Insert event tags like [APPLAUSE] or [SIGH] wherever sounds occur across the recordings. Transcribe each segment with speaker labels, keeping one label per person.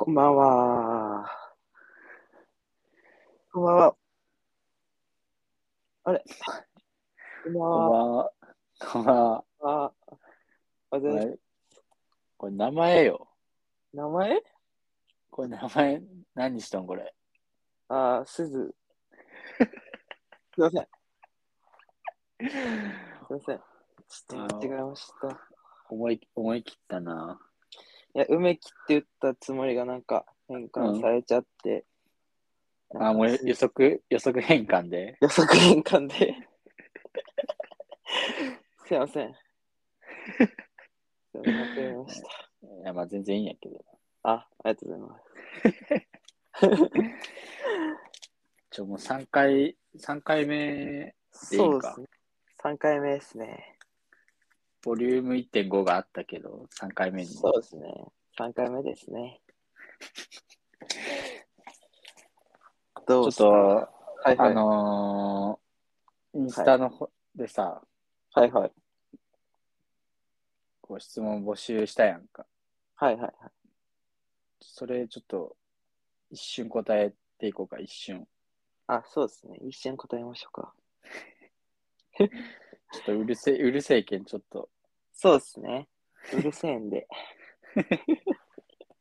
Speaker 1: こんばんは。
Speaker 2: こんばんは。
Speaker 1: こんば
Speaker 2: こんばんは。こんばん
Speaker 1: ん
Speaker 2: は。
Speaker 1: は。あ
Speaker 2: こ
Speaker 1: ぜ、
Speaker 2: れ、これ名前よ。
Speaker 1: 名前
Speaker 2: これ名前、何したんこれ。
Speaker 1: あー、すず。すいません。すいません。ちょっと間違えました。い
Speaker 2: 思い、思い切ったな。
Speaker 1: や、梅木って言ったつもりがなんか変換されちゃって。
Speaker 2: あ、もう予測、予測変換で。
Speaker 1: 予測変換で。すいません。すいません、間違えました。
Speaker 2: いや、まあ全然いいんやけど。
Speaker 1: あ、ありがとうございます。
Speaker 2: ちょ、もう3回、三回目、でいいか
Speaker 1: そうですね。3回目ですね。
Speaker 2: ボリューム1.5があったけど、3回目に。
Speaker 1: そうですね。3回目ですね。 [LAUGHS] ど
Speaker 2: ちょ
Speaker 1: う
Speaker 2: っ
Speaker 1: すか
Speaker 2: と、
Speaker 1: はいはい、
Speaker 2: あのー、インスタのほ、でさ、
Speaker 1: はいはい。
Speaker 2: こう質問募集したやんか。
Speaker 1: はいはいはい。
Speaker 2: それちょっと、一瞬答えていこうか、一瞬。
Speaker 1: あ、そうですね。一瞬答えましょうか。
Speaker 2: ちょっとうるせえ、うるせえけん、ちょっと。
Speaker 1: そうですね。うるせえ [LAUGHS] んで。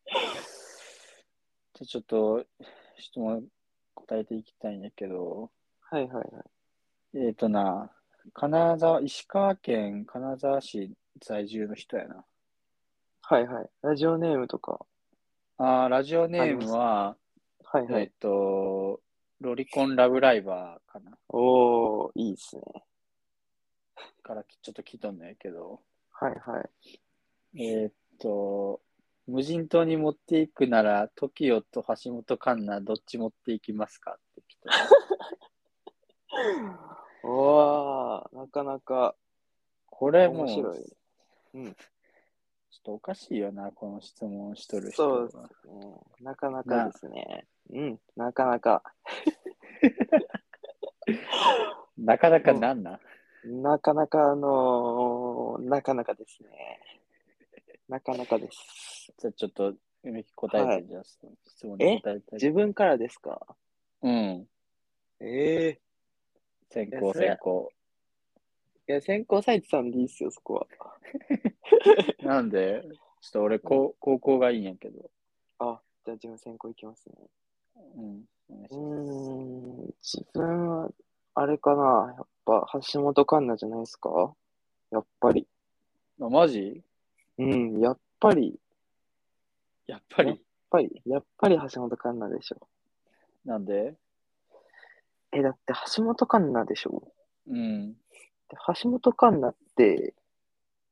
Speaker 2: じゃあちょっと、質問答えていきたいんやけど、
Speaker 1: はいはいはい。
Speaker 2: えっ、とな、金沢、石川県金沢市在住の人やな。
Speaker 1: はいはい。ラジオネームとか。
Speaker 2: あーラジオネームは、
Speaker 1: はいはい。
Speaker 2: えっ、と、ロリコンラブライバーかな。
Speaker 1: おー、いいですね。
Speaker 2: からきちょっと聞いとんのやけど、
Speaker 1: はいはい。
Speaker 2: えっ、と、無人島に持っていくなら、TOKIO と橋本環奈、どっち持っていきますかって来た。
Speaker 1: おー、なかなか
Speaker 2: これもう
Speaker 1: 面白いうん
Speaker 2: ちょっとおかしいよな、この質問しとる人
Speaker 1: そう
Speaker 2: が
Speaker 1: ですね。なかなかですね。うん、なかなか。
Speaker 2: なかなかなんな。
Speaker 1: なかなか、あのーなかなかですね。なかなかです。
Speaker 2: じゃあちょっと、梅木答えて、
Speaker 1: はい
Speaker 2: じゃあその質問に答えたい。
Speaker 1: 自分からですか
Speaker 2: うん。
Speaker 1: ええ
Speaker 2: 先
Speaker 1: いや
Speaker 2: 行
Speaker 1: それ
Speaker 2: 先行。
Speaker 1: いや、先行サイトさんでいいっすよ、そこは。
Speaker 2: なんで、ちょっと俺、高高校がいいんやけど。
Speaker 1: じゃあ自分先行いきますね。
Speaker 2: うん。お願いし
Speaker 1: う
Speaker 2: ます
Speaker 1: ーん、自分は、あれかな、やっぱ橋本環奈じゃないですかやっぱり。
Speaker 2: あ、マジ
Speaker 1: うん、やっぱり、やっ
Speaker 2: やっぱり。
Speaker 1: ぱり、やっぱり橋本環奈でしょ。
Speaker 2: なんで
Speaker 1: え、だって橋本環奈でしょ
Speaker 2: うん。
Speaker 1: で橋本環奈って、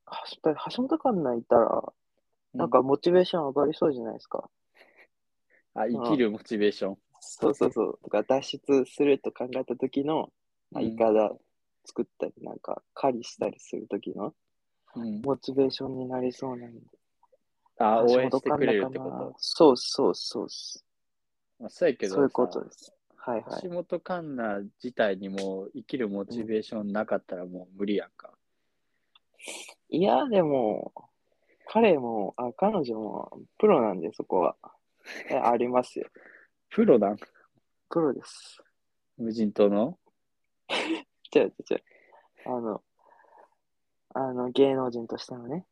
Speaker 1: はしだって橋本環奈いたら、なんかモチベーション上がりそうじゃないですか。
Speaker 2: あ、生きるモチベーション。
Speaker 1: そうそうそう。だから脱出すると考えた時の、まあ、
Speaker 2: うん
Speaker 1: イカダ作ったり、なんか狩りしたりする時の
Speaker 2: うん。
Speaker 1: モチベーションになりそうなんで。
Speaker 2: あ、
Speaker 1: 橋
Speaker 2: 応援
Speaker 1: 本
Speaker 2: して
Speaker 1: 環
Speaker 2: くれ
Speaker 1: 奈
Speaker 2: る
Speaker 1: か
Speaker 2: ってこ
Speaker 1: な
Speaker 2: と。
Speaker 1: そうそうそうっす。
Speaker 2: まあ、そうやけどさ
Speaker 1: そういうことです。はいはい。
Speaker 2: 橋本環奈自体にもう生きるモチベーションなかったらもう無理やんか。
Speaker 1: いや、でも、彼も、あ、彼女もプロなんで、そこは。えありますよ。
Speaker 2: プロなん
Speaker 1: プロです。
Speaker 2: 無人島の
Speaker 1: 違う違う違う。あの、あの、芸能人としてのね、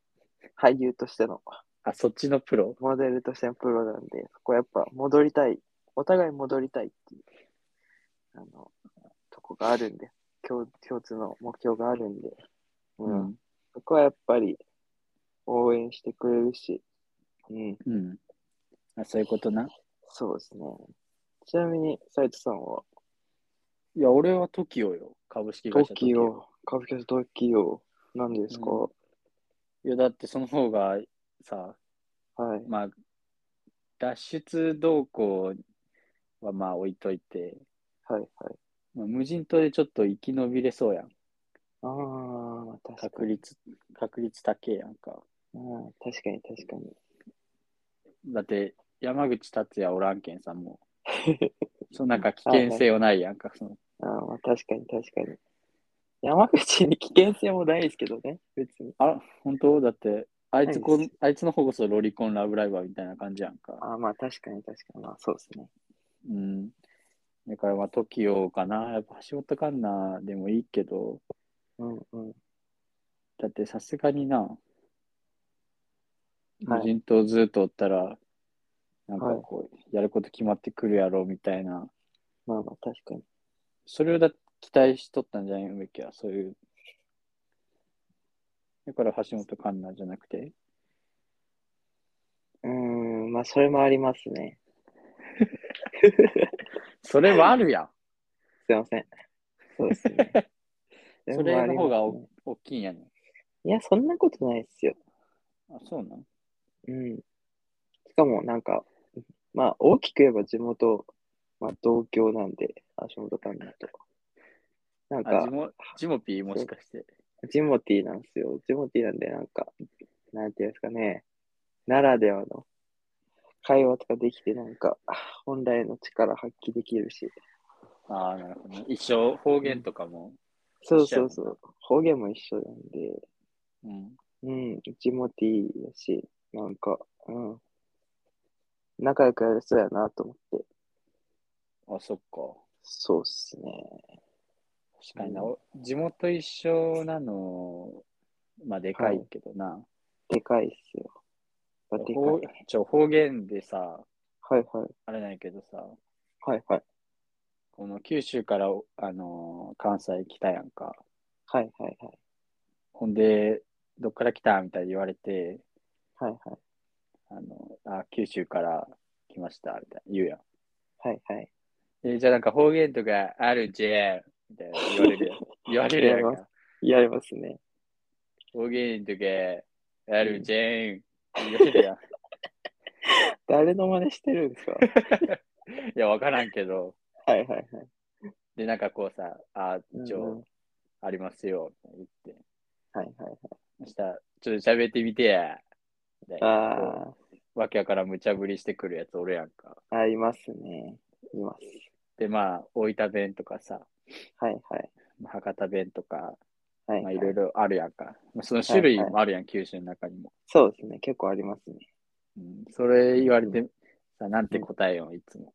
Speaker 1: 俳優としての、
Speaker 2: あ、そっちのプロ
Speaker 1: モデルとしてのプロなんで、そこはやっぱ戻りたい、お互い戻りたいっていう、あの、とこがあるんで、共共通の目標があるんで、うん。そこはやっぱり、応援してくれるし、うん、
Speaker 2: うん。あ、そういうことな。
Speaker 1: そうですね。ちなみに、斉藤さんは、
Speaker 2: いや、俺は TOKIO よ。株式会社 TOKIO。
Speaker 1: TOKIO、歌舞伎の TOKIO、なんでですか、
Speaker 2: いや、だってその方がさ、
Speaker 1: はい。
Speaker 2: まあ、脱出動向はまあ置いといて、
Speaker 1: はい、はい。
Speaker 2: まあ、無人島でちょっと生き延びれそうやん。
Speaker 1: ああ、確か
Speaker 2: 確
Speaker 1: に。
Speaker 2: 率、確率高えやんか。
Speaker 1: うん、確かに確かに。
Speaker 2: だって、山口達也おらんけんさ、も
Speaker 1: [LAUGHS]
Speaker 2: う。そのなんか危険性はないやんか。その
Speaker 1: あーまあ、確かに確かに。山口に危険性もないですけどね、別に。
Speaker 2: あ、本当だって、あいつこ
Speaker 1: ない
Speaker 2: ん、あいつの方こそロリコンラブライバーみたいな感じやんか。
Speaker 1: あーまあ確かに確かに。まあそうですね。
Speaker 2: うん。だからまあ、TOKIO かな。やっぱ橋本環奈でもいいけど、
Speaker 1: うんうん。
Speaker 2: だってさすがにな、
Speaker 1: はい
Speaker 2: 無人島ずっとおったら、なんか
Speaker 1: はい
Speaker 2: こう、やること決まってくるやろみたいな、
Speaker 1: まあまあ確かに。
Speaker 2: それをだ期待しとったんじゃない梅木は、そういう。だから橋本環奈じゃなくて、
Speaker 1: うーん、まあそれもあります
Speaker 2: [LAUGHS]
Speaker 1: ね。
Speaker 2: それはあるやん。
Speaker 1: すいません。そうですね。
Speaker 2: [LAUGHS] それの
Speaker 1: でも
Speaker 2: 方が
Speaker 1: ありますね
Speaker 2: お大きいんやねん。
Speaker 1: いや、そんなことないですよ。
Speaker 2: あ、そうなん
Speaker 1: うん。しかも、なんか、まあ、大きく言えば地元、まあ、同郷なんで、足元担当と。なん
Speaker 2: あ、
Speaker 1: か
Speaker 2: ジ、モ、ジモピーもしかして。
Speaker 1: ジモティーなんですよ。ジモティーなんで、なんか、なんていうんですかね、ならではの会話とかできて、なんか、本来の力発揮できるし、
Speaker 2: ああ、なるほどね。一生方言とかも。
Speaker 1: そうそうそう、方言も一緒なんで、
Speaker 2: うん。
Speaker 1: うん、地元いいやし、なんか、うん、仲良くやれそうやなと思って、
Speaker 2: あ、そっか。
Speaker 1: そうっすね。
Speaker 2: 確かにな、
Speaker 1: う
Speaker 2: 地元一緒なの、まあでかいけどな。
Speaker 1: でかいっすよ。やっぱでかい。
Speaker 2: 方ちょ方言でさ、
Speaker 1: はいはい。
Speaker 2: あれなんやけどさ、
Speaker 1: はいはい。
Speaker 2: この九州から、あのー関西来たやんか。
Speaker 1: はいはいはい。
Speaker 2: ほんで、どっから来たみたいに言われて、
Speaker 1: はいはい。
Speaker 2: あの、あ、九州から来ました、みたいな言うやん。
Speaker 1: はいはい。
Speaker 2: えじゃあなんか方言とかあるんじゃんみたいな言わ
Speaker 1: [LAUGHS]
Speaker 2: れるやん。言われるやんか。
Speaker 1: やりますね。
Speaker 2: 方言とかあるんじゃん言われるやん。 [LAUGHS]
Speaker 1: 誰の真似してるんですか
Speaker 2: いや、わからんけど。
Speaker 1: はいはいはい。
Speaker 2: で、なんかこうさ、あ、ち
Speaker 1: うんう
Speaker 2: ょ
Speaker 1: ん、
Speaker 2: ありますよ、言って。
Speaker 1: はいはいはい。
Speaker 2: そしたら、ちょっと喋ってみてや。みたいなこ
Speaker 1: あ
Speaker 2: うわけやから無茶ぶりしてくるやつおるやんか。
Speaker 1: あ、ありますね。います。
Speaker 2: で、まあ、大分弁とかさ、
Speaker 1: はいはい。
Speaker 2: 博多弁とか、
Speaker 1: はい、
Speaker 2: まあ、いろいろあるやんか。まあその種類もあるやん、九州の中にも。
Speaker 1: そうですね。結構ありますね。
Speaker 2: うん、それ言われて、さ、なんて答えよう、いつも。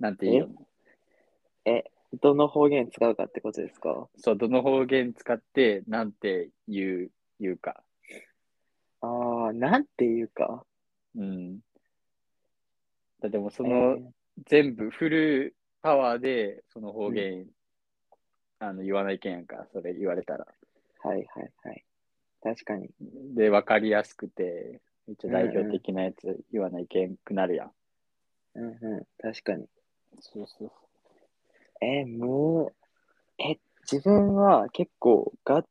Speaker 2: なんて言うの
Speaker 1: どの方言使うかってことですか
Speaker 2: そう、どの方言使って、なんて言う、言うか。
Speaker 1: ああ、なんていうか。
Speaker 2: うん。だってもうそ
Speaker 1: そ
Speaker 2: の、全部フルパワーでその方言、あの言わないけんやんかそれ言われたら
Speaker 1: はいはいはい。確かに。
Speaker 2: で分かりやすくてめっちゃ代表的なやつ言わないけんくなるやん、
Speaker 1: うんうん。確かに。
Speaker 2: そうそう
Speaker 1: えー、むえ、自分は結構が、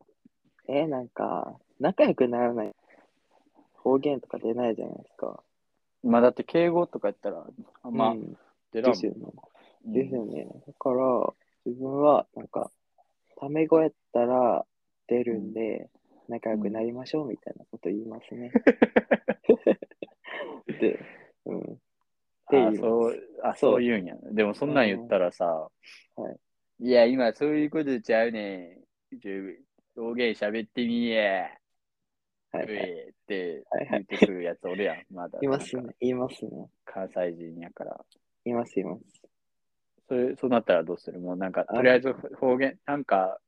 Speaker 1: えー、なんか、仲良くならない方言とか出ないじゃないですか。
Speaker 2: まあだって敬語とか言ったらあんま
Speaker 1: うん、
Speaker 2: 出
Speaker 1: で
Speaker 2: らん
Speaker 1: すよね。
Speaker 2: うん
Speaker 1: ですよね。だから、自分は、なんか、タメ語やったら出るんで、仲良くなりましょうみたいなこと言います [LAUGHS] ね。で、うん。て言い
Speaker 2: あ
Speaker 1: ます
Speaker 2: そうあそう言うんやでもそんなん言ったらさ、、
Speaker 1: うんはい
Speaker 2: や今そういうことちゃうねんちょ方言喋ってみや
Speaker 1: はい、は
Speaker 2: う
Speaker 1: い。
Speaker 2: えって
Speaker 1: はいは
Speaker 2: 言
Speaker 1: い
Speaker 2: ってくるやつおるやんまだ
Speaker 1: います
Speaker 2: なんか
Speaker 1: ね。いますね。
Speaker 2: 関西人やから
Speaker 1: います、います。
Speaker 2: それそうなったらどうするもうなんか、
Speaker 1: あ
Speaker 2: とりあえず方言、なんか、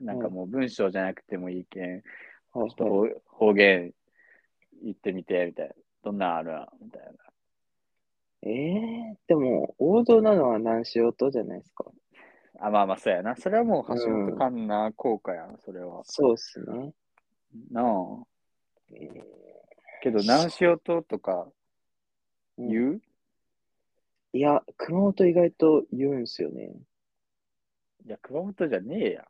Speaker 2: なんかもう文章じゃなくてもいいけん、ち
Speaker 1: は
Speaker 2: ょ
Speaker 1: い
Speaker 2: っと方方言言ってみて、みたいな。どんなんあるんみたいな。
Speaker 1: ええでも、王道なのは何しようとじゃないですか。
Speaker 2: あ、まあまあ、そうやな。それはもう橋
Speaker 1: うん
Speaker 2: 本環奈効果やん、それは。
Speaker 1: そうっすね。
Speaker 2: なあ。けど、何しようととか
Speaker 1: うん
Speaker 2: 言う、
Speaker 1: いや、熊本意外と言うんすよね。
Speaker 2: いや、熊本じゃねえやん。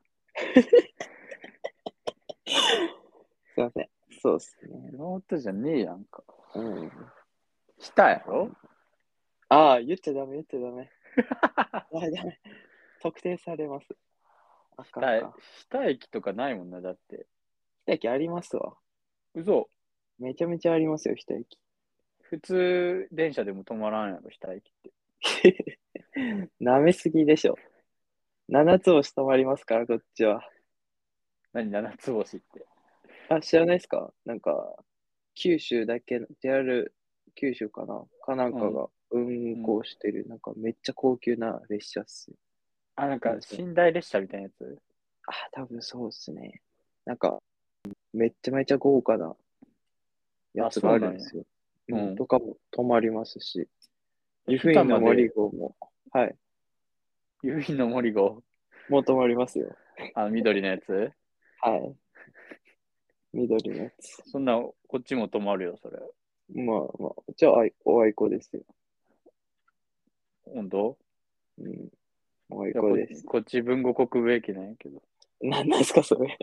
Speaker 1: すいません。そうっすね。
Speaker 2: 熊本じゃねえやんか。
Speaker 1: うん。
Speaker 2: したやろ
Speaker 1: ああ、言っちゃダメ、言っちゃダメ。あダメ。 [LAUGHS] 特定されます。あかん
Speaker 2: した
Speaker 1: か。
Speaker 2: [LAUGHS] した駅とかないもんな、だって。
Speaker 1: ひたきありますわ。
Speaker 2: 嘘。
Speaker 1: めちゃめちゃありますよ、ひたき。
Speaker 2: 普通、電車でも止まらんやろ、した駅って。
Speaker 1: [LAUGHS] 舐めすぎでしょ。7つ星止まりますから、こっちは。
Speaker 2: 何七つ星って。
Speaker 1: あ、知らないですかなんか、九州だけ、JR 九州かなかなんかが運行してる、なんかめっちゃ高級な列車っすよ。
Speaker 2: あ、なんか、寝台列車みたいなやつ
Speaker 1: あ、多分そうっすね。なんか、めっちゃめちゃ豪華なやつがあるんですよ。
Speaker 2: そうなんやうん
Speaker 1: とかも泊まりますし、湯布
Speaker 2: 二
Speaker 1: 院
Speaker 2: 玉
Speaker 1: の
Speaker 2: で
Speaker 1: 森号も、はい、
Speaker 2: 夕日の森号。
Speaker 1: もう泊まりますよ。
Speaker 2: あ、緑のやつ
Speaker 1: はい。緑のやつ。
Speaker 2: そんな、こっちも泊まるよ、それ。
Speaker 1: まあまあ、じゃあ、あいおあいこですよ。
Speaker 2: 本当
Speaker 1: うん。おあい
Speaker 2: いや
Speaker 1: こ
Speaker 2: こ
Speaker 1: です。
Speaker 2: こっち文語国語駅なんやけど。
Speaker 1: なんなんすか、それ。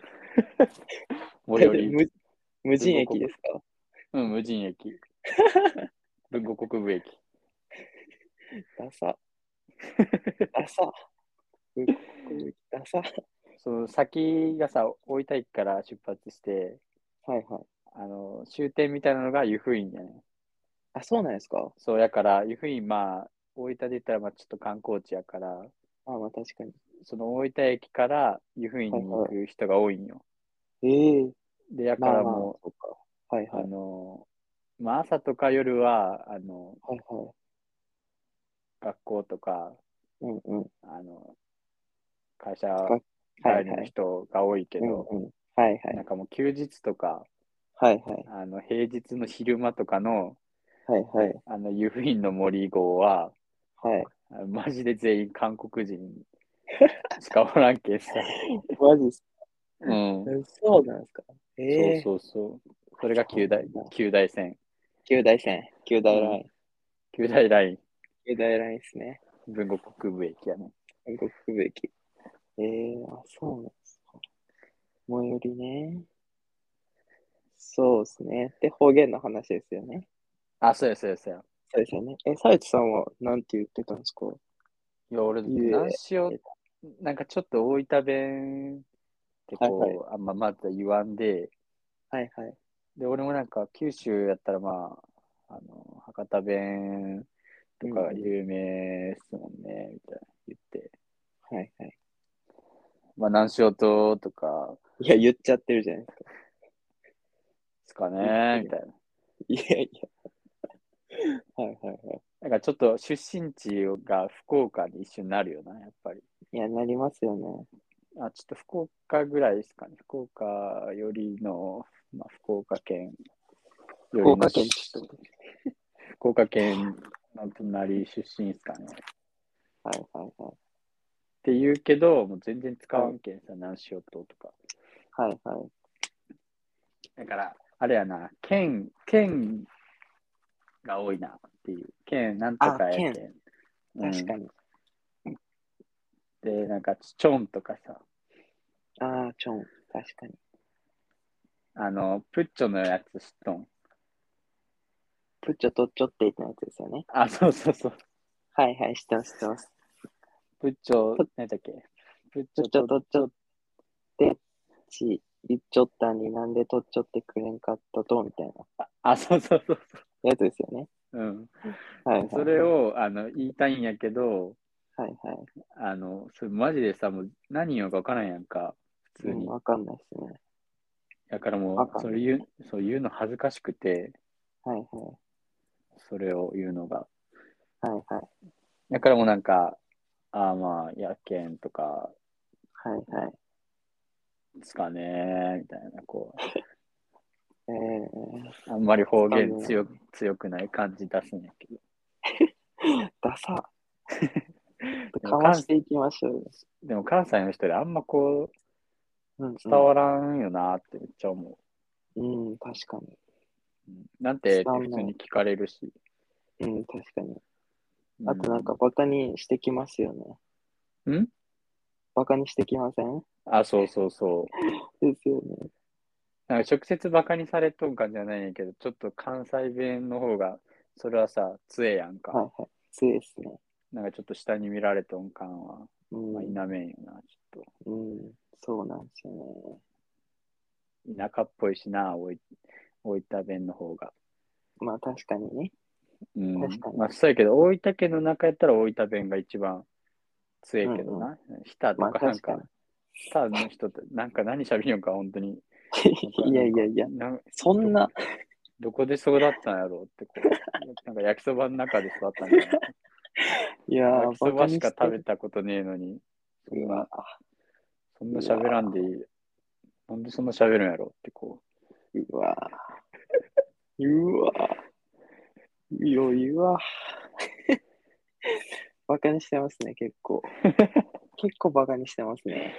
Speaker 2: 森より、
Speaker 1: 無 [LAUGHS] 無人駅ですか
Speaker 2: うん、無人 [LAUGHS] 駅。文語国語駅。
Speaker 1: ダ [LAUGHS] サ。ダサ。うんダサ。
Speaker 2: その先がさ、大分駅から出発して、
Speaker 1: はいはい。
Speaker 2: あの、終点みたいなのが湯布院じゃない
Speaker 1: あ、そうなんですか
Speaker 2: そう、やから、湯布院、まあ、大分で言ったら、まあ、ちょっと観光地やから、
Speaker 1: あまあ確かに。
Speaker 2: その大分駅から湯布院に行く人が多いんよ。
Speaker 1: ええ
Speaker 2: で、やか
Speaker 1: まあ
Speaker 2: ら
Speaker 1: まあ、
Speaker 2: も、
Speaker 1: そうか。はいうはい
Speaker 2: あ。の、まあ、朝とか夜は、あの、
Speaker 1: はいはい。
Speaker 2: 学校とか、
Speaker 1: うんうん。は
Speaker 2: あの、会社
Speaker 1: 学
Speaker 2: 帰
Speaker 1: い
Speaker 2: り
Speaker 1: は
Speaker 2: の
Speaker 1: い。
Speaker 2: 人が多いけ
Speaker 1: うん
Speaker 2: ど、
Speaker 1: うん。はいはい。
Speaker 2: なんかもう休日とか、
Speaker 1: はいはい。
Speaker 2: あの、平日の昼間とかの、
Speaker 1: はいはい。
Speaker 2: あの、湯布院の森号は、
Speaker 1: はい。
Speaker 2: あのマジで全員韓国人しかおらんけんさ。
Speaker 1: マジっす
Speaker 2: うん。
Speaker 1: そうなんですかええ
Speaker 2: そうそうそう。それが九大
Speaker 1: そうなん、だ
Speaker 2: 九大線。
Speaker 1: 九大線。九大ライン。
Speaker 2: 九大ライン、
Speaker 1: 九大ラインですね。
Speaker 2: 文庫国部駅やね。
Speaker 1: 韓国区域。ええあ、そうなんですか。最寄りね。そうですね。で、方言の話ですよね。
Speaker 2: あ、そうやそうやそうや。
Speaker 1: そうですよね。え、サイチさんはなんて言ってたんですか
Speaker 2: いや、俺、
Speaker 1: いえ
Speaker 2: 何しよう、なんかちょっと大分弁ってこう、
Speaker 1: はい
Speaker 2: あんままず言わんで、
Speaker 1: はいはい。
Speaker 2: で、俺もなんか九州やったらまあ、あの、博多弁とかが有名っすもんね、みたいな言って、
Speaker 1: はいはい。
Speaker 2: まあ、何しようととか、
Speaker 1: いや、言っちゃってるじゃないですか。 [LAUGHS]
Speaker 2: ですかね、みたいな。
Speaker 1: いやいや。はいはいはい。
Speaker 2: なんかちょっと出身地が福岡に一緒になるよな、やっぱり。
Speaker 1: いや、なりますよね。
Speaker 2: あ、ちょっと福岡ぐらいですかね。福岡よりの、まあ、福岡県よりの
Speaker 1: 福岡県ちょっと。
Speaker 2: 福岡県の隣出身ですかね。っ
Speaker 1: はいはいはい。
Speaker 2: て言うけど、もう全然使わんけんさ、何しようととか。
Speaker 1: はいはい。
Speaker 2: だから、あれやな、県、県が多いなっていう。県、なんとかやけん。
Speaker 1: あ確か
Speaker 2: に。
Speaker 1: に。
Speaker 2: で、なんか、ちょんとかさ、
Speaker 1: ああ、ちょん。確かに。
Speaker 2: あの、プッチョのやつ知っとん。
Speaker 1: プッチョとっちょって言ったやつですよね。
Speaker 2: あ、そうそうそう。
Speaker 1: [LAUGHS] はいはい、知ってます知ってます。
Speaker 2: プッチョ、何だっけプ
Speaker 1: ち
Speaker 2: ッチ
Speaker 1: ょ
Speaker 2: ョ
Speaker 1: っちょとっちょって、ち、言っちょったになんでとっちょってくれんかったと、みたいな
Speaker 2: あ、そうそうそうそ
Speaker 1: やつですよね。
Speaker 2: う。うん。
Speaker 1: はい、はい。
Speaker 2: それ。をあの言いたいんやけど、
Speaker 1: はいはい。
Speaker 2: あの、それマジでさ、もう何言うのか分からんやんか、普
Speaker 1: う
Speaker 2: 通
Speaker 1: ん、
Speaker 2: に。
Speaker 1: わかんないですね。
Speaker 2: だからも
Speaker 1: わ
Speaker 2: う、
Speaker 1: かん
Speaker 2: そ
Speaker 1: な
Speaker 2: れ
Speaker 1: い
Speaker 2: 言う、そう言うの恥ずかしくて、
Speaker 1: はいは
Speaker 2: それを言うのが。
Speaker 1: い。はいはい。
Speaker 2: だからもうなんか、ああまあ、やけんとか、
Speaker 1: はいはい。
Speaker 2: ですかね、みたいな、こ
Speaker 1: え
Speaker 2: う、あんまり方言
Speaker 1: ですか
Speaker 2: 強強くない感じ出すんやけど。
Speaker 1: ー、ダ
Speaker 2: [LAUGHS]
Speaker 1: サ。
Speaker 2: で
Speaker 1: か
Speaker 2: も
Speaker 1: わ
Speaker 2: 関
Speaker 1: していきましょうよ。
Speaker 2: でも関西の人であんまこう、
Speaker 1: うん、うん
Speaker 2: 伝わらんよなってめっちゃ思う。
Speaker 1: うん、確か
Speaker 2: うんなんてって
Speaker 1: 伝わん
Speaker 2: 普
Speaker 1: ない
Speaker 2: 通に聞かれるし。
Speaker 1: に。うん、確かに。
Speaker 2: う
Speaker 1: あとなんか、バカにしてきますよね。
Speaker 2: ん
Speaker 1: バカにしてきません
Speaker 2: あ、そうそうそう。
Speaker 1: ですよね。
Speaker 2: なんか直接バカにされとんかじゃないんやけど、ちょっと関西弁の方が、それはさ、強えやんか。
Speaker 1: はいはい。強いですね。
Speaker 2: なんかちょっと下に見られとん感は、
Speaker 1: うん、
Speaker 2: まあ、否めんよな、ちょっ
Speaker 1: うん、そうなんですよね。
Speaker 2: と。田舎っぽいしな、おい大分弁の方が。
Speaker 1: まあ確かにね。
Speaker 2: うん
Speaker 1: 確か。に
Speaker 2: まあ、そうやけど、大分県の中やったら大分弁が一番強えけどな。日田と
Speaker 1: まあ
Speaker 2: かなん
Speaker 1: 確か
Speaker 2: か、日田の人って、なんか何喋りよんか、本当に。
Speaker 1: に。いやいやいや、
Speaker 2: な
Speaker 1: そんな、
Speaker 2: どこで育ったんやろうってこう、 [LAUGHS] なんか焼きそばの中で育ったんじゃない
Speaker 1: い [LAUGHS] や
Speaker 2: 焼きそばしか食べ
Speaker 1: て
Speaker 2: たことねえのに、そん
Speaker 1: う
Speaker 2: な
Speaker 1: わ、
Speaker 2: そんな喋らんでいい。なんでそんな喋るんやろうってこ
Speaker 1: うわうわ余裕は [LAUGHS] バカにしてますね、結
Speaker 2: [LAUGHS]
Speaker 1: 構。結構バカにしてますね。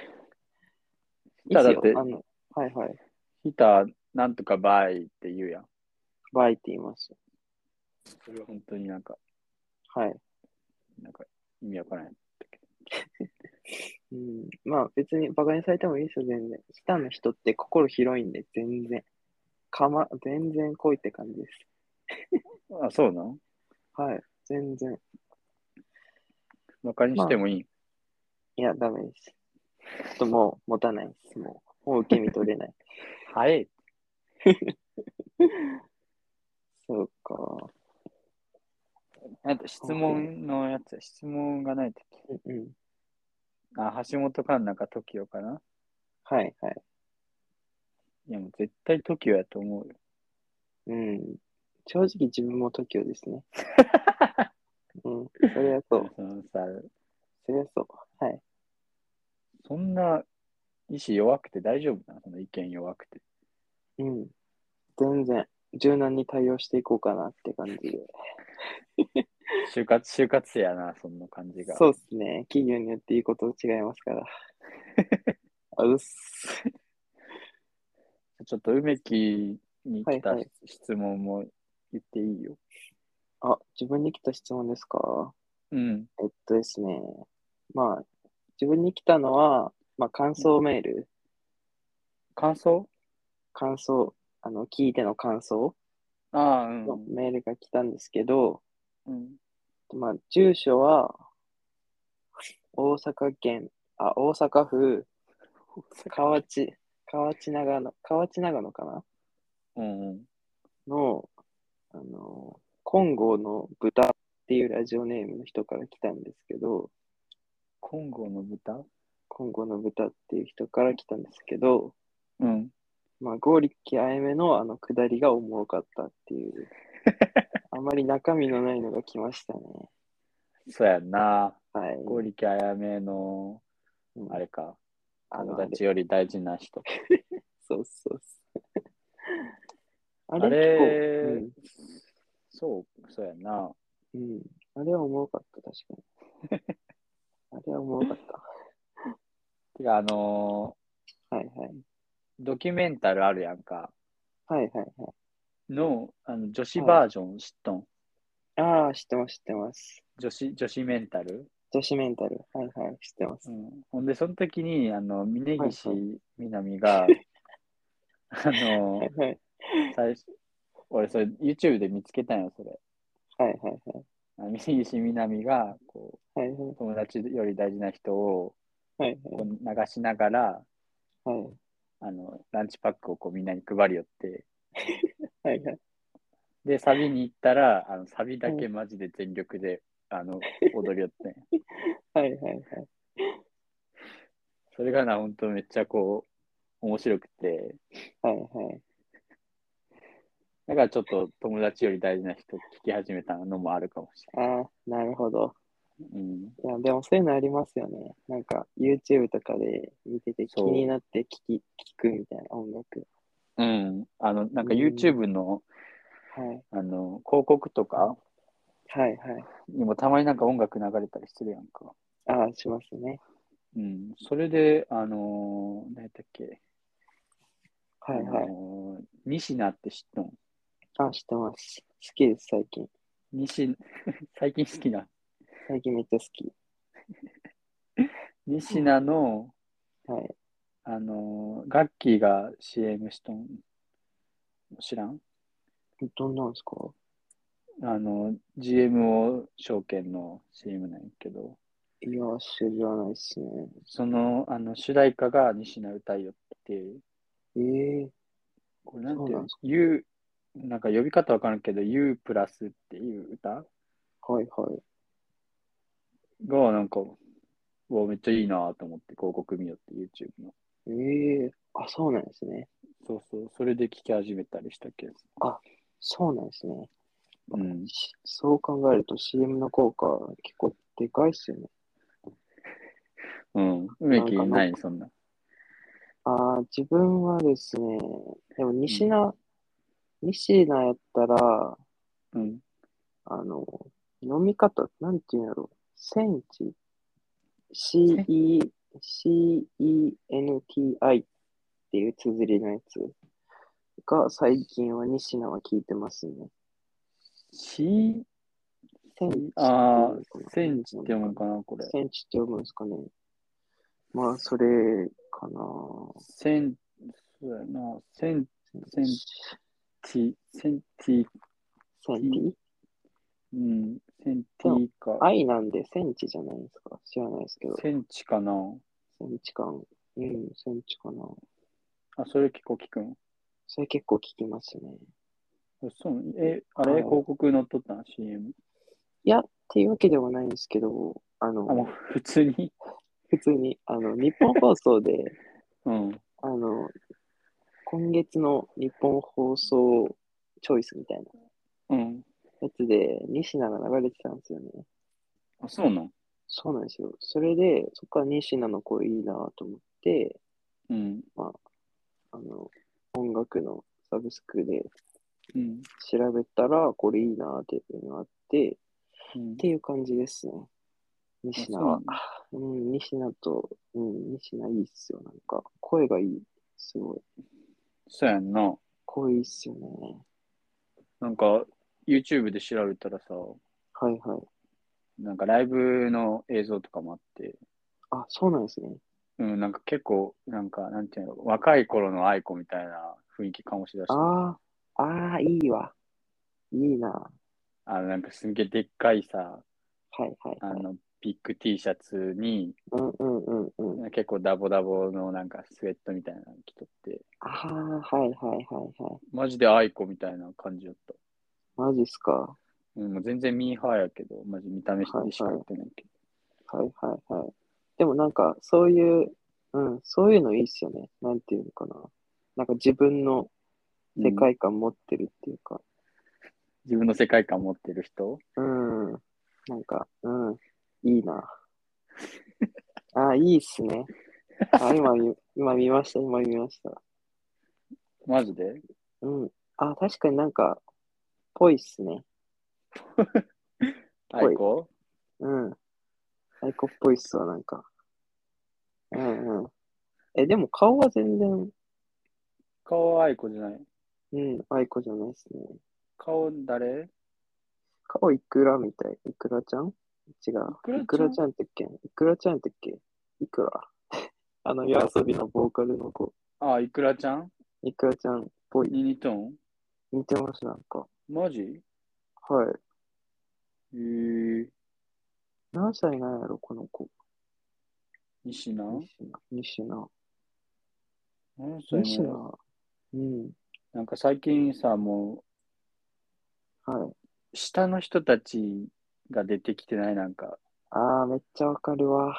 Speaker 2: う。ただだって
Speaker 1: いいすよ、あの、はいはい。
Speaker 2: ヒタなんとかバイって言うやん。
Speaker 1: バイって言います。
Speaker 2: それは本当になんか、
Speaker 1: はい。
Speaker 2: なんか意味わからない。
Speaker 1: うん、まあ別にバカにされてもいいですよ、全然。北の人って心広いんで、全然。かま、全然来いって感じです。
Speaker 2: あ、そうなの
Speaker 1: はい。全然。
Speaker 2: 馬鹿にしてもいい。
Speaker 1: いや、ダメです。ちょっともう持たないです。もう、もう受け身取れない。 [LAUGHS]
Speaker 2: はい。
Speaker 1: そうか。
Speaker 2: あと質問のやつ、質問がないとき。
Speaker 1: うんうん。
Speaker 2: あ、橋本環奈か TOKIO かな。
Speaker 1: はいはい。
Speaker 2: いや、もう絶対 TOKIO やと思うよ。
Speaker 1: うん。正直自分も TOKIO ですね。うん。それはそう。
Speaker 2: そのさ、
Speaker 1: それはそう。はい。
Speaker 2: そんな意志弱くて大丈夫なのその意見弱くて。
Speaker 1: うん。全然、柔軟に対応していこうかなって感じで。
Speaker 2: 就活、就活生やな、そんな感じが。
Speaker 1: そうですね。企業によって言うこと違いますから。 [LAUGHS] あうっす。
Speaker 2: ちょっと梅木に来た
Speaker 1: はいはい
Speaker 2: 質問も言っていいよ。
Speaker 1: あ、自分に来た質問ですか
Speaker 2: うん。
Speaker 1: えっとですね。まあ、自分に来たのは、まあ、感想メール。
Speaker 2: 感想
Speaker 1: 感想、あの、聞いての感想
Speaker 2: ああ、うん
Speaker 1: の。メールが来たんですけど、
Speaker 2: うん、
Speaker 1: まあ、住所は、大阪県、あ、大阪府、河内、河内長野、河内長野かな
Speaker 2: うんうん。
Speaker 1: の、あの、金剛の豚っていうラジオネームの人から来たんですけど、
Speaker 2: コンゴの豚
Speaker 1: 金剛の豚っていう人から来たんですけど、
Speaker 2: うん。
Speaker 1: まあ、剛力あやめのあの下りがおもろかったって
Speaker 2: [LAUGHS]
Speaker 1: いう、あまり中身のないのが来ましたね。
Speaker 2: そうやんな。
Speaker 1: はい。
Speaker 2: ゴリキャヤメの、
Speaker 1: うん
Speaker 2: あれか、
Speaker 1: あの
Speaker 2: 友
Speaker 1: あれ
Speaker 2: 達より大事な人。
Speaker 1: そうそうそう。
Speaker 2: あ
Speaker 1: あれ
Speaker 2: れ、
Speaker 1: 結構
Speaker 2: そう、そうやな。
Speaker 1: うん、うん。あれはおもろかった、確かに。
Speaker 2: [LAUGHS]
Speaker 1: あれはおもろかって
Speaker 2: か、あの
Speaker 1: た。はいはい。
Speaker 2: ードキュメンタルあるやんか。
Speaker 1: はいはいはい。
Speaker 2: の、あの女子バージョン知っとん。
Speaker 1: ああ、知ってます、知ってます。
Speaker 2: 女子、女子メンタル。
Speaker 1: 女子メンタル。はいはい、知ってます
Speaker 2: う。ん、ほんで、その時に、あの、峯岸
Speaker 1: はい
Speaker 2: みなみ [LAUGHS] が、あの
Speaker 1: はい、はい
Speaker 2: 最初、俺、それ、YouTube で見つけたんよ、それ。
Speaker 1: はいはい
Speaker 2: あ峯岸みなみが、こ
Speaker 1: はいはいは
Speaker 2: う、友達より大事な人を
Speaker 1: いはい
Speaker 2: こう流しながら、
Speaker 1: はい
Speaker 2: あの、ランチパックをこうみんなに配りよって、
Speaker 1: はいはい
Speaker 2: で、サビに行ったら、あのサビだけマジで全力で、あの、踊りよってん。 [LAUGHS]
Speaker 1: はいはいはい
Speaker 2: それがな、ほんとめっちゃこう、面白くて、
Speaker 1: はいはい
Speaker 2: だからちょっと友達より大事な人聞き始めたのもあるかもし
Speaker 1: ああなるほど
Speaker 2: れない。うん。
Speaker 1: いやでもそういうのありますよねなんか YouTube とかで見てて気
Speaker 2: そう
Speaker 1: になって聞き聞くみたいな音楽
Speaker 2: うん。あの、なんか
Speaker 1: うん
Speaker 2: YouTube の、
Speaker 1: はい
Speaker 2: あの、広告とか
Speaker 1: はいはい
Speaker 2: にもたまになんか音楽流れたりしてるやんか。
Speaker 1: ああしますね
Speaker 2: うん。それで、あのー、何やったっけ、
Speaker 1: はい
Speaker 2: あ
Speaker 1: はい
Speaker 2: のー西名って知っとん
Speaker 1: あ知ってます好きです最近
Speaker 2: 西、 [LAUGHS] 最近好きな。
Speaker 1: 最近めっちゃ好き
Speaker 2: 西名の、
Speaker 1: はい
Speaker 2: あのー、ガッキーが CM しとん。知らん
Speaker 1: どんなんですか
Speaker 2: あの、GMO 証券の CM なんやけど。
Speaker 1: いや知らないっすね
Speaker 2: そのあの主題歌が西名歌いよって、
Speaker 1: ええ
Speaker 2: これなんて
Speaker 1: そう
Speaker 2: いう
Speaker 1: なん
Speaker 2: の
Speaker 1: ですか
Speaker 2: ?U、なんか呼び方わからんけど、U プラスっていう歌
Speaker 1: はいはい
Speaker 2: が、なんか、うわ、めっちゃいいなと思って、広告見よって、YouTube の。
Speaker 1: ええあそうなんですね
Speaker 2: そうそう、それで聴き始めたりしたけど。
Speaker 1: そうなんですね。
Speaker 2: うん。
Speaker 1: しそう考えると CM の効果結構でかいっすよね。
Speaker 2: うん。梅木
Speaker 1: なんか
Speaker 2: ない、そんな。
Speaker 1: ああ、自分はですね、でも西名、西名やったら、
Speaker 2: うん。
Speaker 1: あの、飲み方、なんていうんだろう、センチ、C-E、C-E-N-T-I っていう綴りのやつが最近は西名は聞いてますね。
Speaker 2: し、
Speaker 1: センチ
Speaker 2: ああ、センチって読むのかな、これ。
Speaker 1: センチって読むんですかね。まあ、それかな。
Speaker 2: セン、そうやな、セン、センチ、センチ、
Speaker 1: センチ
Speaker 2: うん、センティか、
Speaker 1: 愛なんでセンチじゃないですか。知らないですけど。
Speaker 2: センチかな。
Speaker 1: センチ感。うん、センチかな。
Speaker 2: あ、それ結構聞くん。
Speaker 1: それ結構聞きますね。
Speaker 2: そうえ、あ
Speaker 1: は
Speaker 2: れ
Speaker 1: い
Speaker 2: 広告載っとったん ?CM。
Speaker 1: いや、っていうわけでもないんですけど、あ
Speaker 2: あ、もう
Speaker 1: の、
Speaker 2: 普通に。
Speaker 1: 普通に、あの、日本放送で、 [LAUGHS]
Speaker 2: うん。
Speaker 1: あの、今月の日本放送チョイスみたいな
Speaker 2: うん。
Speaker 1: やつで、西名が流れてたんですよね。
Speaker 2: あ、そうなん。
Speaker 1: そうなんですよ。それで、そこから西名の声いいなと思って、
Speaker 2: うん。
Speaker 1: あの、音楽のサブスクで
Speaker 2: うん。
Speaker 1: 調べたら、これいいなっていうのがあって、
Speaker 2: うん
Speaker 1: っていう感じですね。西名は。
Speaker 2: あ
Speaker 1: うん、西名と、うん、西名いいっすよ。なんか、声がいい。すごい。
Speaker 2: そうやんな。
Speaker 1: 声いいっすよね。
Speaker 2: なんか、YouTube で調べたらさ、
Speaker 1: はいはい。
Speaker 2: なんかライブの映像とかもあって、
Speaker 1: あ、そうなんですね。
Speaker 2: うん、なんか結構、なんか、なんていうの、若い頃の愛子みたいな雰囲気かもしれない。
Speaker 1: ああ、ああ、いいわ。いいな。は
Speaker 2: あの、なんかすんげえでっかいさ、
Speaker 1: いはい
Speaker 2: あ
Speaker 1: はい。
Speaker 2: の、ビッグ T シャツに、
Speaker 1: うんうんうんうん。
Speaker 2: 結構ダボダボのなんかスウェットみたいなの着とって、
Speaker 1: ああ、はいはいはいはい。
Speaker 2: マジで愛子みたいな感じだった。
Speaker 1: マジっすか。は
Speaker 2: うん、もう全然ミーハーやけど、マジ見た目してしか言ってないけど。
Speaker 1: いはいはい。でもなんか、そういう、うん、そういうのいいっすよね。なんていうのかな。なんか自分の世
Speaker 2: うん
Speaker 1: 界観持ってるっていうか。
Speaker 2: 自分の世界観持ってる人
Speaker 1: うん。なんか、うん。いいな。あ、いいっすね。あ、今見、今見ました、今見ました。
Speaker 2: マジで
Speaker 1: うん。あ、確かになんか、ぽいっすね。
Speaker 2: 愛子
Speaker 1: うん。太鼓っぽいっすわ、なんか。うんうん。え、でも顔は全然、
Speaker 2: 顔は愛子じゃない。
Speaker 1: うん、あいこじゃないっすね。
Speaker 2: 顔誰
Speaker 1: 顔いくらみたい。いくらちゃん違う。いく
Speaker 2: いく
Speaker 1: ら
Speaker 2: ら
Speaker 1: ち
Speaker 2: ち
Speaker 1: ゃんってっけいくらちゃんってっけいくら [LAUGHS] あの、夜遊びのボーカルの子。
Speaker 2: あ、いくらちゃん
Speaker 1: いくらちゃんっぽい。
Speaker 2: に似とん
Speaker 1: 似てます、なんか。
Speaker 2: マジ
Speaker 1: はい。
Speaker 2: えー、
Speaker 1: 何歳なんやろ、この子。
Speaker 2: 西名
Speaker 1: 西名。
Speaker 2: 何歳
Speaker 1: 西
Speaker 2: なの
Speaker 1: 名。うん。
Speaker 2: なんか最近さ、も
Speaker 1: はい。
Speaker 2: う、下の人たちが出てきてない、なんか、
Speaker 1: ああ、めっちゃわかるわ。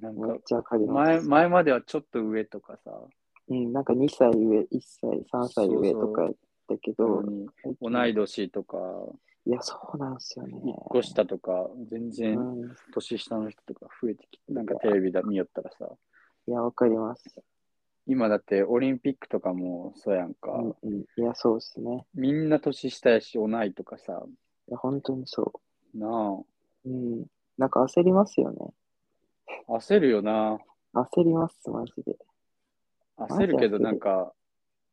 Speaker 2: なん
Speaker 1: め
Speaker 2: か
Speaker 1: っ、ちゃわかりま
Speaker 2: 前
Speaker 1: す。
Speaker 2: 前まではちょっと上とかさ、
Speaker 1: うん、なんか2歳上、1歳、3歳上とかやったけど、
Speaker 2: 同い年とか、
Speaker 1: いや、そうなんですよね。
Speaker 2: 一個下とか、全
Speaker 1: う
Speaker 2: 然
Speaker 1: ん。
Speaker 2: 年下の人とか増えてきて、なんかテレビだ見よったらさ、
Speaker 1: いや、わかります。
Speaker 2: 今だってオリンピックとかもそうやんか、
Speaker 1: うんうん。いや、そうですね。
Speaker 2: みんな年下やし、同いとかさ、
Speaker 1: いや、本当にそ
Speaker 2: なあ、
Speaker 1: う。うん。なんか焦りますよね。
Speaker 2: 焦るよな。
Speaker 1: 焦ります、マジで。
Speaker 2: 焦る
Speaker 1: マジ
Speaker 2: け
Speaker 1: 焦
Speaker 2: ど、
Speaker 1: る
Speaker 2: なんか、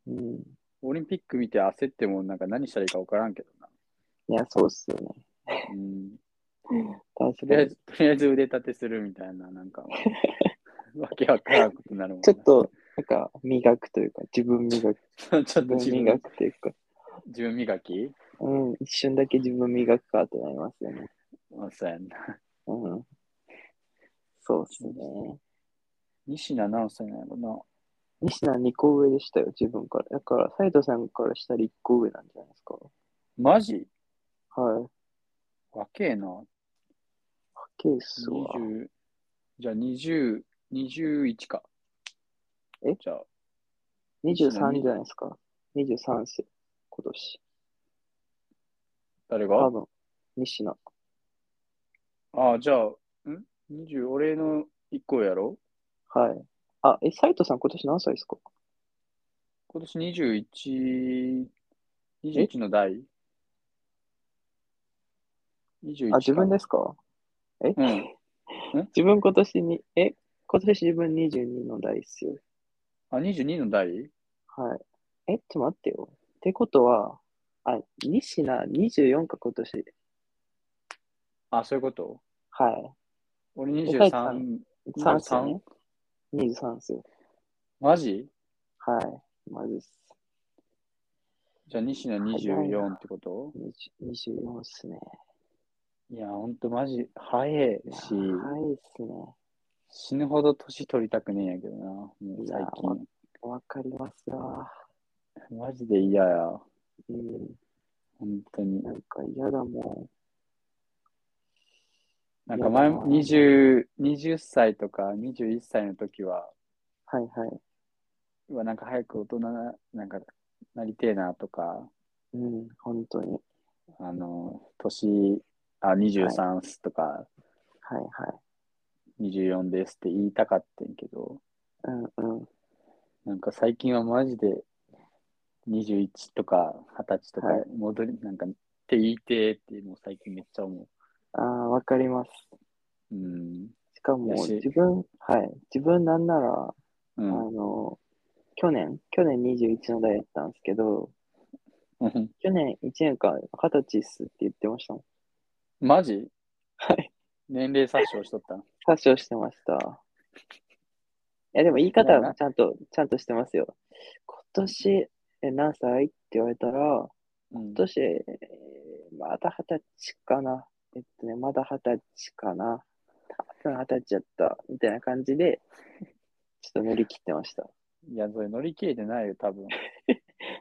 Speaker 1: うん。
Speaker 2: オリンピック見て焦っても、なんか何したらいいか分からんけどな。
Speaker 1: いや、そうっすよね。
Speaker 2: うん
Speaker 1: 確か
Speaker 2: とりあえ
Speaker 1: に。
Speaker 2: ず、とりあえず腕立てするみたいな、なんか、
Speaker 1: [LAUGHS]
Speaker 2: わけわからんことになるもんな
Speaker 1: ちょっ、と、なんか、磨くというか、自分磨く。
Speaker 2: [LAUGHS] ちょっと
Speaker 1: 自
Speaker 2: 自
Speaker 1: 分
Speaker 2: 分
Speaker 1: 磨くというか、
Speaker 2: 自分磨き
Speaker 1: うん、一瞬だけ自分磨くかってなりますよね。
Speaker 2: あそうやんな。
Speaker 1: うん。そうっすね。
Speaker 2: 西名何歳なんやろ
Speaker 1: 西名2個上でしたよ、自分から。だから、斉藤さんからしたら1個上なんじゃないですか。
Speaker 2: な。マジ
Speaker 1: はい。
Speaker 2: 若えな。
Speaker 1: ケースは。
Speaker 2: 20、じゃあ20、21か。
Speaker 1: え
Speaker 2: じゃあ、
Speaker 1: 23じゃないですか。23歳。今年。
Speaker 2: 誰
Speaker 1: 多
Speaker 2: が
Speaker 1: 分、西野。
Speaker 2: ああ、じゃあ、ん ?20、俺の1個やろ
Speaker 1: はい。あ、え、斉藤さん今年何歳ですか
Speaker 2: 今年21、21の代 ?21。
Speaker 1: あ、自分ですすかえ、
Speaker 2: うんえ
Speaker 1: 自分今年に、え、今年自分22の代っすよ。
Speaker 2: あ、22の代
Speaker 1: はい。え、ちょっと待ってよ。ってことは、あ、西名24か今年。
Speaker 2: あ、そういうこと
Speaker 1: は
Speaker 2: 俺
Speaker 1: 若いさ
Speaker 2: 23、
Speaker 1: い。
Speaker 2: 23
Speaker 1: 3っすよね。23っすよ。
Speaker 2: マジ
Speaker 1: はい。まずっす。
Speaker 2: じゃあ西野
Speaker 1: 早い
Speaker 2: 24
Speaker 1: な
Speaker 2: ってこと
Speaker 1: 20 24っすね。
Speaker 2: いや、ほんとマジ、早い
Speaker 1: いや
Speaker 2: し、
Speaker 1: はいっすね。
Speaker 2: 死ぬほど年取りたくねえんやけどな、もう最
Speaker 1: いやわ
Speaker 2: 近。
Speaker 1: わかりますわ。
Speaker 2: マジで嫌や、
Speaker 1: うん。
Speaker 2: 本当に。
Speaker 1: なんか嫌だも
Speaker 2: なんか前、
Speaker 1: いや
Speaker 2: 20、20歳とか21歳の時は、
Speaker 1: ん。はいはい。
Speaker 2: うわ、なんか早く大人な、なんか、なりてえなとか、
Speaker 1: うん、本当に。
Speaker 2: あの、年、あ、23っすとか、
Speaker 1: はいはい。
Speaker 2: 24ですって言いたかったんけど、
Speaker 1: うんうん。
Speaker 2: なんか最近はマジで21とか20歳とか
Speaker 1: はい
Speaker 2: 戻り、なんかって言いてえってもう最近めっちゃ思
Speaker 1: ああ、わかります。
Speaker 2: う。うん。
Speaker 1: しかも
Speaker 2: やし
Speaker 1: 自分、はい。自分なんなら、
Speaker 2: う
Speaker 1: あ
Speaker 2: ん。
Speaker 1: の、去年、去年21の代やったんですけど、去年1年間二十歳っすって言ってましたもん。
Speaker 2: [LAUGHS] マジ
Speaker 1: はい。
Speaker 2: 年齢詐称しとったん
Speaker 1: 発症してました。いや、でも言い方はちゃんと、ちゃんとしてますよ。今年、え、何歳って言われたら、
Speaker 2: うん
Speaker 1: 今。年、えーまだ二十歳かな。えっとね、まだ二十歳かな。多分二十歳やった。みたいな感じで、ちょっと乗り切ってました。
Speaker 2: いや、それ乗り切れてないよ、多分。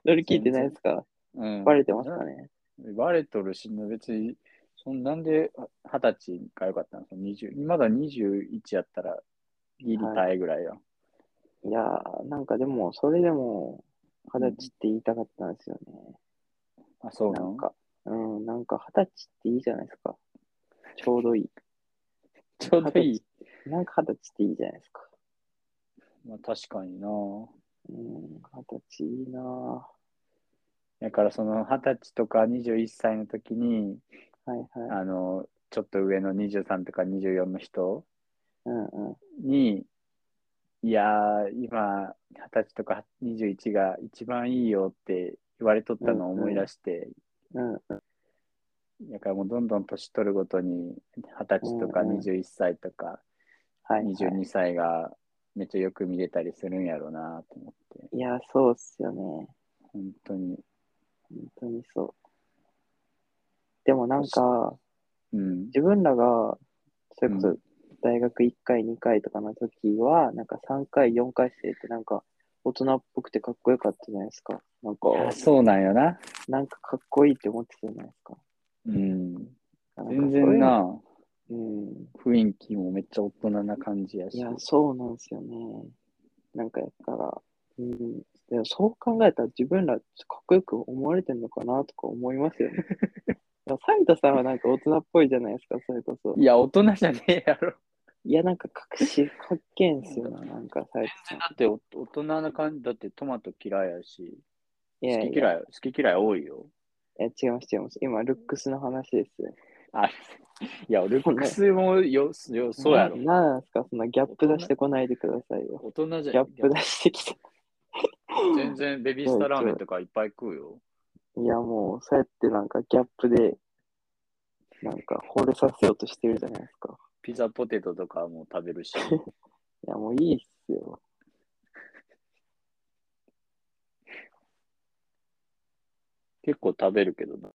Speaker 1: 乗り切ってないですか
Speaker 2: うん。
Speaker 1: バレてますかね
Speaker 2: バレとるし、別に、そんなんで二十歳が良かったのその20まだ21やったら、ギリ耐えぐらいよ。
Speaker 1: いやー、なんかでも、それでも、二十歳って言いたかったんですよね。
Speaker 2: あ、そうな
Speaker 1: な
Speaker 2: の
Speaker 1: んか、うん、なんか二十歳っていいじゃないですか。ちょうどいい。
Speaker 2: ちょうどいい。
Speaker 1: なんか二十歳っていいじゃないですか。
Speaker 2: まあ、確かにな。
Speaker 1: うん、二十歳いいなぁ
Speaker 2: だから、その二十歳とか21歳の時に、
Speaker 1: はいはい。
Speaker 2: あの、ちょっと上の23とか24の人
Speaker 1: うんうん。
Speaker 2: に、いやー、今、二十歳とか21が一番いいよって言われとったのを思い出して、
Speaker 1: うんうん。
Speaker 2: だからもうどんどん年取るごとに二十歳とか
Speaker 1: うんうん
Speaker 2: 21歳とか
Speaker 1: はい、はい。
Speaker 2: 22歳がめっちゃよく見れたりするんやろうなと思って
Speaker 1: いや、そうっすよね。
Speaker 2: 本当に
Speaker 1: 本当にそう。でもなんか、
Speaker 2: うん
Speaker 1: 自分らが、それこ
Speaker 2: う
Speaker 1: そ、大学1回、2回とかの時は、なんか3回、4回生ってなんか、大人っぽくてかっこよかったじゃないですか。なんか、
Speaker 2: あそうなんよな
Speaker 1: なんかかっこいいって思ってたじゃないですか。
Speaker 2: うん
Speaker 1: なんか
Speaker 2: 全然な
Speaker 1: そういうの。うん。
Speaker 2: 雰囲気もめっちゃ大人な感じや
Speaker 1: い
Speaker 2: し
Speaker 1: や、そうなんですよね。なんか、だから、うん。でもそう考えたら自分らかっこよく思われてるのかなとか思いますよね。でも斉藤さんはなんか大人っぽいじゃないですか、それこそ。
Speaker 2: いや大人じゃねえやろ
Speaker 1: いや、なんか隠し、かっけえんすよな、なんか斉藤さん
Speaker 2: だ。ってお大人な感じだってトマト嫌いやし
Speaker 1: いや
Speaker 2: 好
Speaker 1: い
Speaker 2: き
Speaker 1: や、い
Speaker 2: 嫌い好き嫌い多いよ
Speaker 1: や違います、違います。今、ルックスの話ですね。
Speaker 2: あいやルックスもよよそうやろ
Speaker 1: ななんですか、そんなギャップ出してこないでくださいよ。
Speaker 2: 大人じ
Speaker 1: ギ
Speaker 2: ゃ
Speaker 1: ャップ出してきた。
Speaker 2: 全然ベビースターラーメンとかいっぱい食うよ
Speaker 1: いや、もう、そうやってなんかギャップで、なんか惚れさせようとしてるじゃないですか。
Speaker 2: ピザポテトとかも食べるし。
Speaker 1: いや、もういいっすよ。
Speaker 2: 結構食べるけどな。